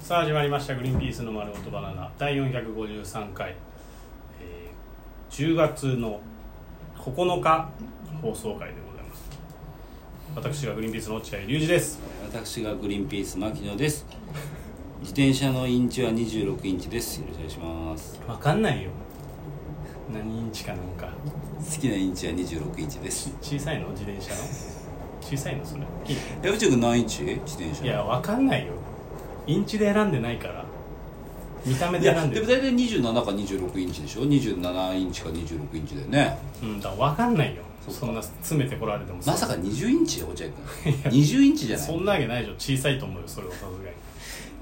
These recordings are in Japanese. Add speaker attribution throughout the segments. Speaker 1: さあ始まりました「グリーンピースの丸ごとバナナ」第453回、えー10月の9日放送回でございます私がグリーンピースの落合隆二です
Speaker 2: 私がグリーンピース牧野です自転車のインチは26インチですよろしくお願いします
Speaker 1: わかんないよ何インチかなんか
Speaker 2: 好きなインチは26インチです
Speaker 1: 小さいの自転車の小さいのそれいい
Speaker 2: 矢口君何インチ自転車
Speaker 1: いやわかんないよインチで選んでないから見た目
Speaker 2: い
Speaker 1: で
Speaker 2: や
Speaker 1: 選ん
Speaker 2: で
Speaker 1: で
Speaker 2: も
Speaker 1: る
Speaker 2: 大体27か26インチでしょ27インチか26インチだよね
Speaker 1: うんだからわかんないよ
Speaker 2: そっか
Speaker 1: そんな詰めてこられても
Speaker 2: まさか20インチ落合 君20インチじゃな
Speaker 1: そ
Speaker 2: い
Speaker 1: んなわけないでしょ小さいと思うよそれはさすがに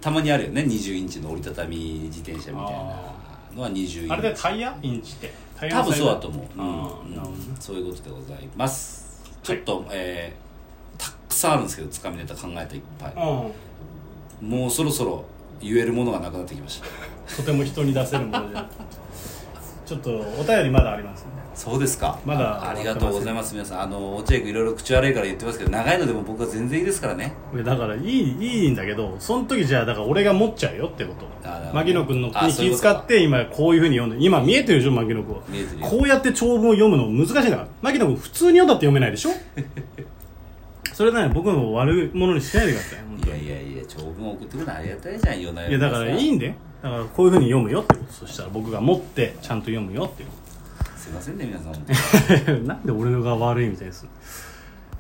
Speaker 2: たまにあるよね20インチの折りたたみ自転車みたいなのは20インチ
Speaker 1: あれでタイヤインチってタイヤ
Speaker 2: 多
Speaker 1: の
Speaker 2: 分
Speaker 1: サイ
Speaker 2: そ
Speaker 1: ズ
Speaker 2: うだと思う、
Speaker 1: あ
Speaker 2: うん
Speaker 1: ーなるほどね
Speaker 2: うんそういうことでございますち
Speaker 1: は
Speaker 2: ょ
Speaker 1: い
Speaker 2: っと、えーたくさんあるんですけどつかみネタ考えていっぱい、
Speaker 1: うん
Speaker 2: もうそろそろ言えるものがなくなってきました
Speaker 1: とても人に出せるものじゃないちょっとお便りまだありますね
Speaker 2: そうですか
Speaker 1: まだ
Speaker 2: あありがとうございます皆さんあの落合君いろいろ口悪いから言ってますけど長いのでも僕は全然いいですからね
Speaker 1: いやだからいいいいんだけどその時じゃあだから俺が持っちゃうよってこ
Speaker 2: あーなるほ
Speaker 1: と
Speaker 2: ど
Speaker 1: 牧野君の
Speaker 2: あー
Speaker 1: に
Speaker 2: そういう
Speaker 1: 気
Speaker 2: ことか
Speaker 1: 使って今こういうふうに読んで今見えてるでしょ牧野君は
Speaker 2: 見えてるよ
Speaker 1: こうやって長文を読むの難しいんだから牧野君普通に読んだって読めないでし ょそれなのに僕も悪者にしないでください本
Speaker 2: い
Speaker 1: 当
Speaker 2: や
Speaker 1: に
Speaker 2: いやいや長文送ってくるのありがたいじゃんよない
Speaker 1: やだからいいんだよだからこういうふうに読むよってことそしたら僕が持ってちゃんと読むよっていう
Speaker 2: すいませんね皆さん本当に
Speaker 1: なんで俺のが悪いみたいでする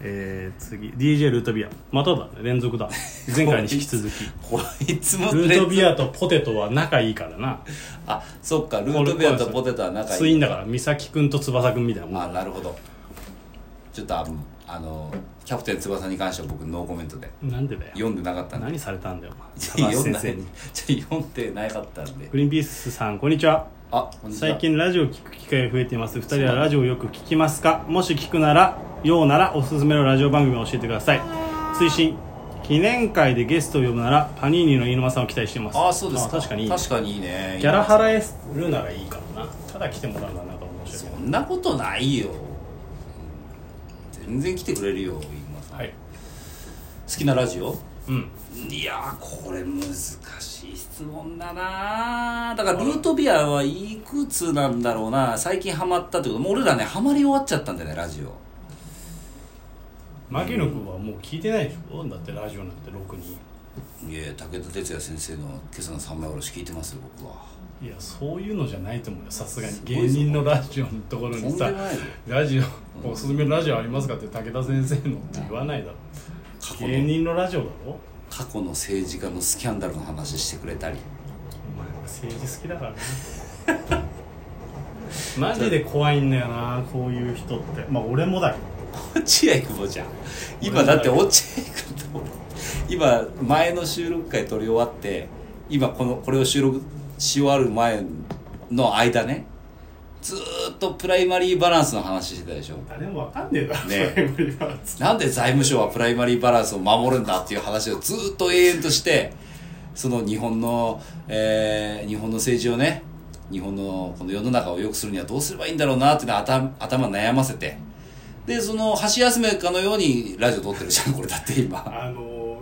Speaker 1: えー、次 DJ ルートビアまただね連続 だ 前回に引き続き
Speaker 2: こいつも
Speaker 1: ルートビ
Speaker 2: ア
Speaker 1: アとポテトは仲いいからな
Speaker 2: あそっかルートビアとポテトは仲
Speaker 1: ツ
Speaker 2: い
Speaker 1: イン
Speaker 2: い
Speaker 1: だから美咲君と翼君みたいなもん
Speaker 2: あなるほどちょっとあのあのキャプテン翼に関しては僕ノーコメントで
Speaker 1: なんでだよ
Speaker 2: 読んでなかったんで
Speaker 1: 何されたんだよ
Speaker 2: じ
Speaker 1: 高
Speaker 2: ゃ あ
Speaker 1: 橋
Speaker 2: 読ん
Speaker 1: 先生
Speaker 2: だ
Speaker 1: に
Speaker 2: じゃあ読んでなかったんで
Speaker 1: グリーンピースさんこんにちは
Speaker 2: あこんにちは
Speaker 1: 最近ラジオ聞く機会が増えています2人はラジオをよく聞きますかもし聞くならようならおすすめのラジオ番組を教えてください推進記念会でゲストを呼ぶならパニーニの飯沼さんを期待しています
Speaker 2: あそうですか
Speaker 1: 確かにいいね
Speaker 2: 確かにいいね
Speaker 1: ギャラ払えるならいいかもなただ来てもらうのはなんか面白い
Speaker 2: そ
Speaker 1: けど
Speaker 2: んなことないよ全然来てくれるよ今さん、
Speaker 1: はい
Speaker 2: 好きなラジオ
Speaker 1: うん
Speaker 2: いやーこれ難しい質問だなーだからルートビアはいくつなんだろうな最近ハマったってこともう俺らねハマり終わっちゃったんだよねラジオ
Speaker 1: 牧野君はもう聞いてないでしょだってラジオなんてろくに
Speaker 2: いや武田鉄矢先生の今朝の三枚おろし聞いてますよ僕はい
Speaker 1: やそういうのじゃないと思うよさすがに
Speaker 2: すごいぞ
Speaker 1: 芸人のラジオのところ
Speaker 2: と
Speaker 1: に
Speaker 2: んでも
Speaker 1: さ
Speaker 2: ないよ
Speaker 1: ラジオおすすめのラジオありますかって武田先生のって言わないだろ
Speaker 2: 過去
Speaker 1: 芸
Speaker 2: の
Speaker 1: 人のラジオだろ
Speaker 2: 過去の政治家のスキャンダルの話してくれたり
Speaker 1: お前は政治好きだからね マジで怖いんだよなこういう人ってまあ俺もだけど
Speaker 2: 落合久保じゃん今だって落合君と今前の収録回撮り終わって今このこれを収録し終わる前の間ねずーっとプライマリーバランスの話してたでしょ
Speaker 1: 誰もわかんねえだろ、
Speaker 2: ね
Speaker 1: それ無理は
Speaker 2: なんで財務省はプライマリーバランスを守るんだっていう話をずーっと永遠としてその日本の、えー日本の政治をね日本のこの世の中を良くするにはどうすればいいんだろうなっていうのを頭頭悩ませてでその箸休めかのようにラジオ撮ってるじゃんこれだって今
Speaker 1: あの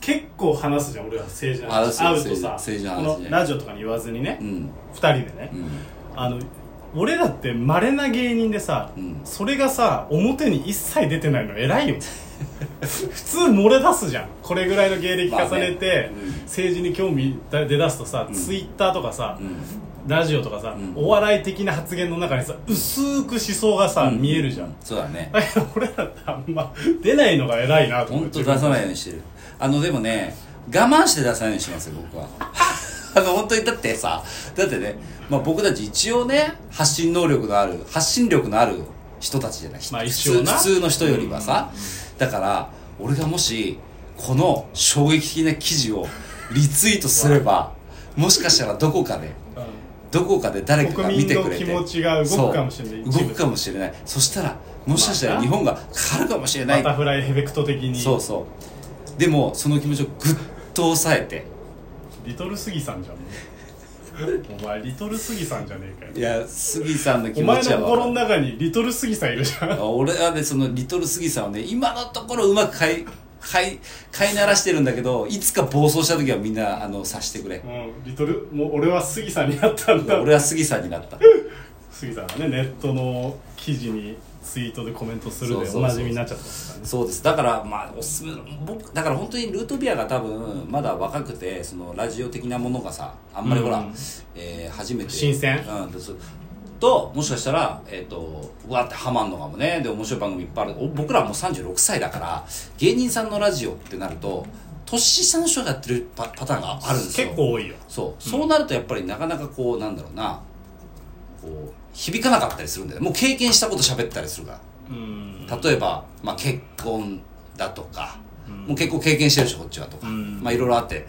Speaker 1: 結構話すじゃん俺は政治の
Speaker 2: 話
Speaker 1: 話
Speaker 2: すよ
Speaker 1: 会うとさ
Speaker 2: 政治の話
Speaker 1: こ
Speaker 2: ね
Speaker 1: のラジオとかに言わずにね、
Speaker 2: うん
Speaker 1: 二2人でね、
Speaker 2: うん
Speaker 1: あの俺らってまれな芸人でさ、
Speaker 2: うん
Speaker 1: それがさ表に一切出てないの偉いよ 普通漏れ出すじゃんこれぐらいの芸歴重ねて、
Speaker 2: まあねうん
Speaker 1: 政治に興味出だすとさ、ツイッターとかさ、
Speaker 2: うん
Speaker 1: ラジオとかさ、
Speaker 2: うん
Speaker 1: お笑い的な発言の中にさ薄く思想がさ、
Speaker 2: うん
Speaker 1: 見えるじゃん
Speaker 2: そうだね
Speaker 1: だけど 俺らってあんま出ないのが偉いなと思
Speaker 2: 本
Speaker 1: って
Speaker 2: 当出さないようにしてるあのでもね我慢して出さないようにしますよ僕は あの本当にだってさだってね、まあ、僕たち一応ね発信能力のある発信力のある人たちじゃない、
Speaker 1: まあ
Speaker 2: 普
Speaker 1: 一
Speaker 2: 通
Speaker 1: 応な
Speaker 2: 普通の人よりはさ、だから俺がもしこの衝撃的な記事をリツイートすればもしかしたらどこかで
Speaker 1: うん
Speaker 2: どこかで誰かが見てくれ
Speaker 1: 国
Speaker 2: て
Speaker 1: 民の気持ちが動くかもしれない
Speaker 2: そう
Speaker 1: 一部
Speaker 2: 動くかもしれないそしたらもしかしたら日本が変わるかもしれない
Speaker 1: バタフライエフェクト的に
Speaker 2: そうそうでもその気持ちをぐっと抑えて
Speaker 1: リトルスギさんじゃんもうお前リトルスギさんじゃねえかよ
Speaker 2: いや杉さんの気
Speaker 1: お
Speaker 2: 持
Speaker 1: 前
Speaker 2: ちは
Speaker 1: の
Speaker 2: わか
Speaker 1: 心の
Speaker 2: る
Speaker 1: 中にリトルスギさんいるじゃん
Speaker 2: 俺はねそのリトル杉さんをね今のところうまくかい飼い飼い慣らしてるんだけどいつか暴走した時はみんなあの察してくれ
Speaker 1: うん、リトルもう俺は杉さんに会ったんだ
Speaker 2: 俺は杉さんになった
Speaker 1: 杉さんはねネットの記事にツイートでコメントするで
Speaker 2: そうそうそう
Speaker 1: おなじみになっちゃったんですからね
Speaker 2: そうですだからまあおすすめ僕だから本当にルートビアが多分まだ若くてそのラジオ的なものがさあんまりほら、
Speaker 1: うん
Speaker 2: えー初めて
Speaker 1: 新鮮
Speaker 2: うんですともしかしたらえっ、とうわってハマんのかもねで面白い番組いっぱいあるお僕らもう36歳だから芸人さんのラジオってなると年下の人がやってるパパターンがあるんですよ
Speaker 1: 結構多いよ
Speaker 2: そうそうなるとやっぱりなかなかこうなんだろうなこう響かなかったりするんだよねもう経験したこと喋ったりするから
Speaker 1: うん
Speaker 2: 例えば、まあ、結婚だとか、もう結構経験してるしこっちはとか、
Speaker 1: うん
Speaker 2: まあいろいろあって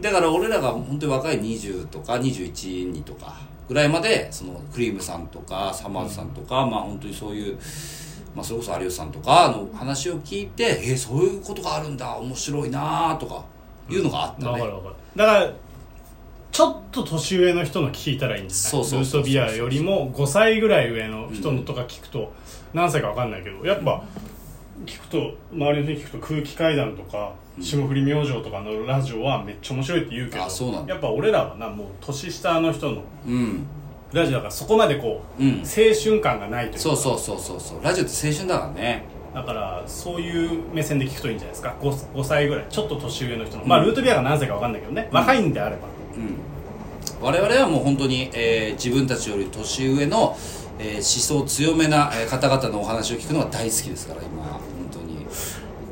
Speaker 2: だから俺らが本当に若い20とか21にとかぐらいまでそのクリームさんとかサマーズさんとか、まあ本当にそういう、まあ、それこそ有吉さんとかの話を聞いてえーそういうことがあるんだ面白いなとかいうのがあったね、
Speaker 1: わかるわかるだからちょっと年上の人の聞いたらいいんじゃない
Speaker 2: そうそうそうそう
Speaker 1: ルートビアよりも5歳ぐらい上の人のとか聞くと何歳か分かんないけどやっぱ聞くと周りの人に聞くと空気階段とか霜降り明星とかのラジオはめっちゃ面白いって言うけど
Speaker 2: あそうなんだ
Speaker 1: やっぱ俺らはなもう年下の人の
Speaker 2: うん
Speaker 1: ラジオだからそこまでこう、
Speaker 2: うん
Speaker 1: 青春感がないというか
Speaker 2: そうそうそうそうそうラジオって青春だからね
Speaker 1: だからそういう目線で聞くといいんじゃないですか 5, 5歳ぐらいちょっと年上の人の、まあルートビアが何歳か分かんないけどね、若いんであれば
Speaker 2: うん、我々はもう本当に、えー自分たちより年上の、えー思想強めなえー方々のお話を聞くのが大好きですから今本当に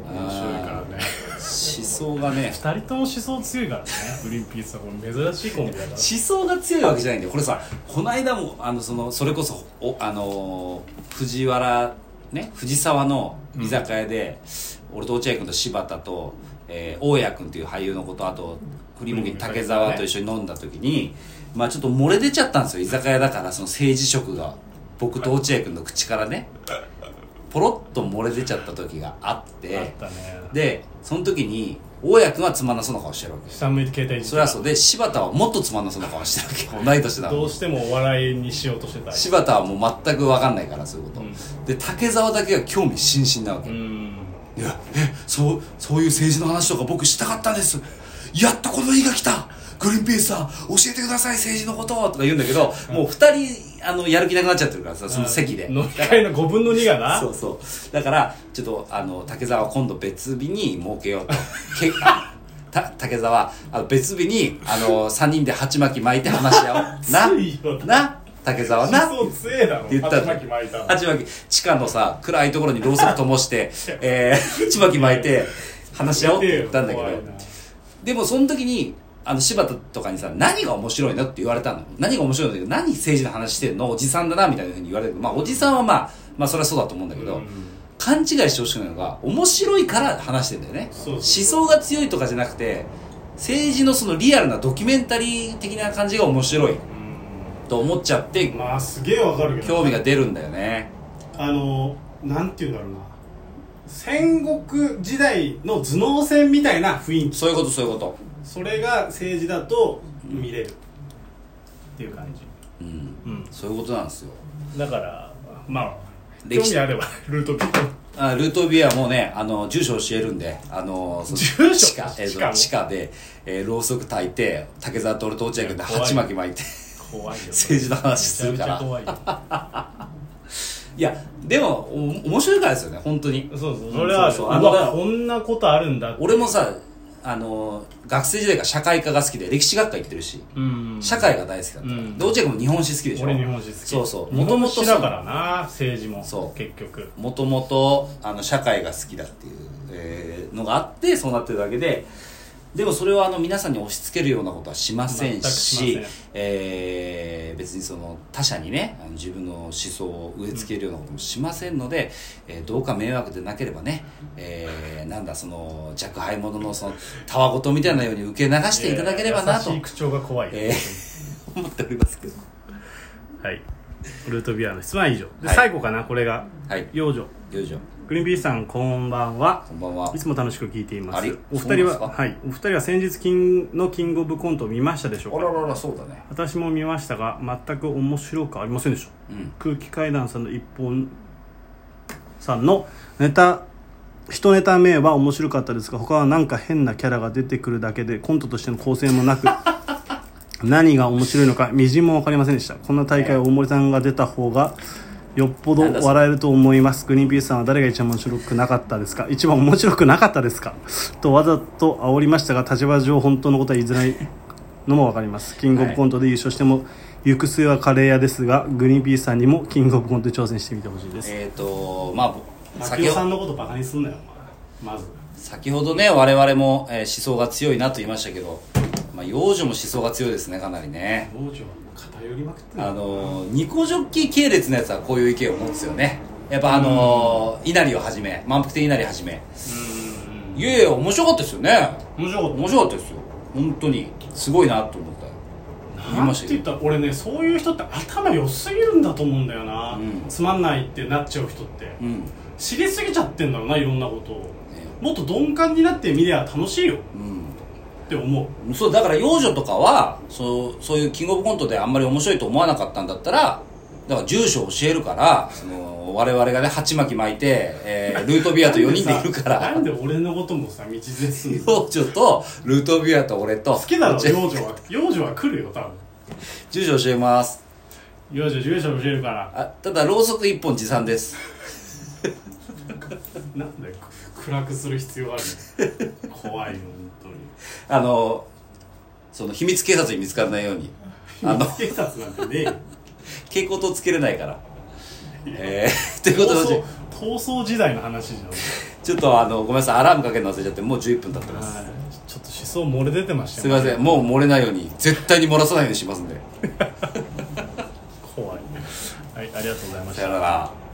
Speaker 1: 面白いから
Speaker 2: あ
Speaker 1: ね
Speaker 2: ー思想がね
Speaker 1: 二人とも思想強いからねグリーンピースはこれ珍しいコンビだから
Speaker 2: 思想が強いわけじゃないんだよこれさこの間もあのそのそれこそおあのー藤原ね藤沢の居酒屋で、俺と落合君と柴田と、えー大谷君という俳優の子とあと栗本竹沢と一緒に飲んだ時に、まあちょっと漏れ出ちゃったんですよ居酒屋だからその政治色が僕と落合君の口からねポロッと漏れ出ちゃった時があって
Speaker 1: あったね
Speaker 2: でその時に大谷君はつまんなそうな顔してるわけ
Speaker 1: 下向いて携帯に
Speaker 2: それはそうで柴田はもっとつまんなそうな顔して るわけ同い年だ
Speaker 1: どうしてもお笑いにしようとしてた
Speaker 2: 柴田はもう全く分かんないからそういうこと、
Speaker 1: うん
Speaker 2: で竹澤だけが興味津々なわけ、
Speaker 1: う
Speaker 2: い
Speaker 1: ん
Speaker 2: やえそうそういう政治の話とか僕したかったんですやっとこの日が来たグリーンピースさん教えてください政治のこととか言うんだけど、もう二人あのやる気なくなっちゃってるからさその席で
Speaker 1: 飲み会の5分の2がな
Speaker 2: そうそうだからちょっとあの竹澤は今度別日に儲けようとけあた竹澤あの別日にあの3人で鉢巻き巻いて話し合おうな
Speaker 1: ついよ
Speaker 2: な竹澤な
Speaker 1: 思想強えだろ
Speaker 2: って言った
Speaker 1: 鉢巻き巻いたの
Speaker 2: 鉢巻き地下のさ暗いところにろうそく灯してえー鉢巻き巻いて話し合おうって言ったんだけど
Speaker 1: 怖いな
Speaker 2: でもその時にあの柴田とかにさ何が面白いのって言われたの何が面白いのって何政治の話してんのおじさんだなみたいなふうに言われるまあおじさんはまあまあそれはそうだと思うんだけど、
Speaker 1: うん
Speaker 2: 勘違いしてほしくないのが面白いから話してんだよね
Speaker 1: そう
Speaker 2: 思
Speaker 1: そ
Speaker 2: 想が強いとかじゃなくて政治のそのリアルなドキュメンタリー的な感じが面白いと思っちゃって
Speaker 1: うんまあすげえわかるけど
Speaker 2: 興味が出るんだよね
Speaker 1: あのなんて言うんだろうな戦国時代の頭脳戦みたいな雰囲気
Speaker 2: そういうことそういうこと
Speaker 1: それが政治だと見れるっていう感じ
Speaker 2: うん
Speaker 1: うん
Speaker 2: そういうことなんですよ
Speaker 1: だからまあ興
Speaker 2: 歴
Speaker 1: 味
Speaker 2: 史
Speaker 1: あれば ルートビア
Speaker 2: あルートビアもねあの住所教えるんであのその
Speaker 1: 住所
Speaker 2: 地下,、えー
Speaker 1: 地下
Speaker 2: と
Speaker 1: の
Speaker 2: 地下で、えーろうそく焚いて竹沢と俺と落合君で
Speaker 1: いや怖い
Speaker 2: 鉢巻き巻いて
Speaker 1: 怖いよ
Speaker 2: 政治の話するから
Speaker 1: めちゃめちゃ怖い
Speaker 2: いやでもお面白いからですよね本当に
Speaker 1: よそうそうそれは
Speaker 2: そう
Speaker 1: う
Speaker 2: そうあの
Speaker 1: わこんなことあるんだって
Speaker 2: 俺もさあの学生時代から社会科が好きで歴史学科行ってるし
Speaker 1: うん
Speaker 2: 社会が大好きだった、
Speaker 1: うん
Speaker 2: で落合君も日本史好きでしょ
Speaker 1: 俺日本史好き
Speaker 2: そうそう
Speaker 1: も
Speaker 2: も
Speaker 1: と
Speaker 2: と
Speaker 1: も
Speaker 2: も
Speaker 1: と
Speaker 2: と
Speaker 1: だからな政治も
Speaker 2: そう
Speaker 1: 結局
Speaker 2: もともとあの社会が好きだっていう、えーのがあってそうなってるだけででもそれはあの皆さんに押し付けるようなことはしません
Speaker 1: 全く
Speaker 2: し
Speaker 1: しません
Speaker 2: えー別にその他者にねあの自分の思想を植え付けるようなこともしませんので、えーどうか迷惑でなければね、えーなんだその若輩者のそのたわごとみたいなように受け流していただければなと
Speaker 1: いや優しい口調が怖いよ
Speaker 2: えー思っておりますけど
Speaker 1: はいルートビアの質問は以上で
Speaker 2: はい
Speaker 1: 最後かなこれが
Speaker 2: はい
Speaker 1: 幼女
Speaker 2: よいしょ
Speaker 1: グリーンピースさんこんばんは
Speaker 2: こんばんはい
Speaker 1: つも楽しく聞いていま
Speaker 2: あ
Speaker 1: す
Speaker 2: り
Speaker 1: お二人
Speaker 2: そうなんですか
Speaker 1: ははいお二人は先日金のキングオブコントを見ましたでしょう
Speaker 2: あ
Speaker 1: から
Speaker 2: ららそうだね
Speaker 1: 私も見ましたが全く面白くありませんでした
Speaker 2: うん
Speaker 1: 空気階段さんの一本さんのネタ
Speaker 3: 一ネタ目は面白かったですが他はなんか変なキャラが出てくるだけでコントとしての構成もなく 何が面白いのかみじんも分かりませんでしたこんな大会は大森さんが出た方がよっぽど笑えると思いますグリーンピースさんは誰が一番面白くなかったですか一番面白くなかったですかとわざと煽りましたが立場上本当のことは言いづらいのも分かりますキングオブコントで優勝しても、行く末はカレー屋ですがグリーンピースさんにもキングオブコントに挑戦してみてほしいです
Speaker 2: えっ、とまあ
Speaker 1: 牧
Speaker 2: 先
Speaker 1: 野さ
Speaker 2: ほ
Speaker 1: ん
Speaker 2: ど
Speaker 1: のことバカにすんなよお前まず
Speaker 2: 先ほどね我々も、えー思想が強いなと言いましたけど、まあ、幼女も思想が強いですねかなりね
Speaker 1: 農場はもう偏りまくってる
Speaker 2: あのーニコジョッキー系列のやつはこういう意見を持つよねやっぱあのー稲荷をはじめ満腹亭稲荷はじめ
Speaker 1: うん
Speaker 2: いやいや面白かったですよね
Speaker 1: 面白かっ
Speaker 2: 面白かったですよ本当にすごいなと思った
Speaker 1: た
Speaker 2: 言い
Speaker 1: な
Speaker 2: ま
Speaker 1: ん
Speaker 2: してたけ
Speaker 1: 言ったら俺ねそういう人って頭良すぎるんだと思うんだよな、
Speaker 2: うん
Speaker 1: つまんないってなっちゃう人って
Speaker 2: うん
Speaker 1: 知りすぎちゃってんだろうないろんなことをもっと鈍感になってみりゃ楽しいよって思う
Speaker 2: うんそうだから幼女とかはそうそういうキングオブコントであんまり面白いと思わなかったんだったらだから住所教えるからその我々がね鉢巻き巻いて、え ールートビアと4人でいるか
Speaker 1: な
Speaker 2: ら
Speaker 1: んで俺のこともさ道絶すんの
Speaker 2: 幼女とルートビアと俺と
Speaker 1: 好き だろ
Speaker 2: じゃ
Speaker 1: 幼女は幼女は来るよ多分
Speaker 2: 住所教えます
Speaker 1: 幼女住所教えるから
Speaker 2: あただろうそく1本持参です
Speaker 1: なんだよく暗くする必要あ るの怖いよ本
Speaker 2: あのその秘密警察に見つからないように
Speaker 1: 当
Speaker 2: あ
Speaker 1: に
Speaker 2: の
Speaker 1: 秘密警察なんてねえよ
Speaker 2: 蛍光灯つけれないからえー、ということで
Speaker 1: 逃走逃走時代の話じゃん
Speaker 2: ちょっとあのごめんなさいアラームかけるの忘れちゃってもう11分経ってます
Speaker 1: はいちょっと思想漏れ出てました
Speaker 2: すいませんもう漏れないように絶対に漏らさないようにしますんで
Speaker 1: 怖いはいありがとうございまし
Speaker 2: さよ
Speaker 1: た
Speaker 2: なら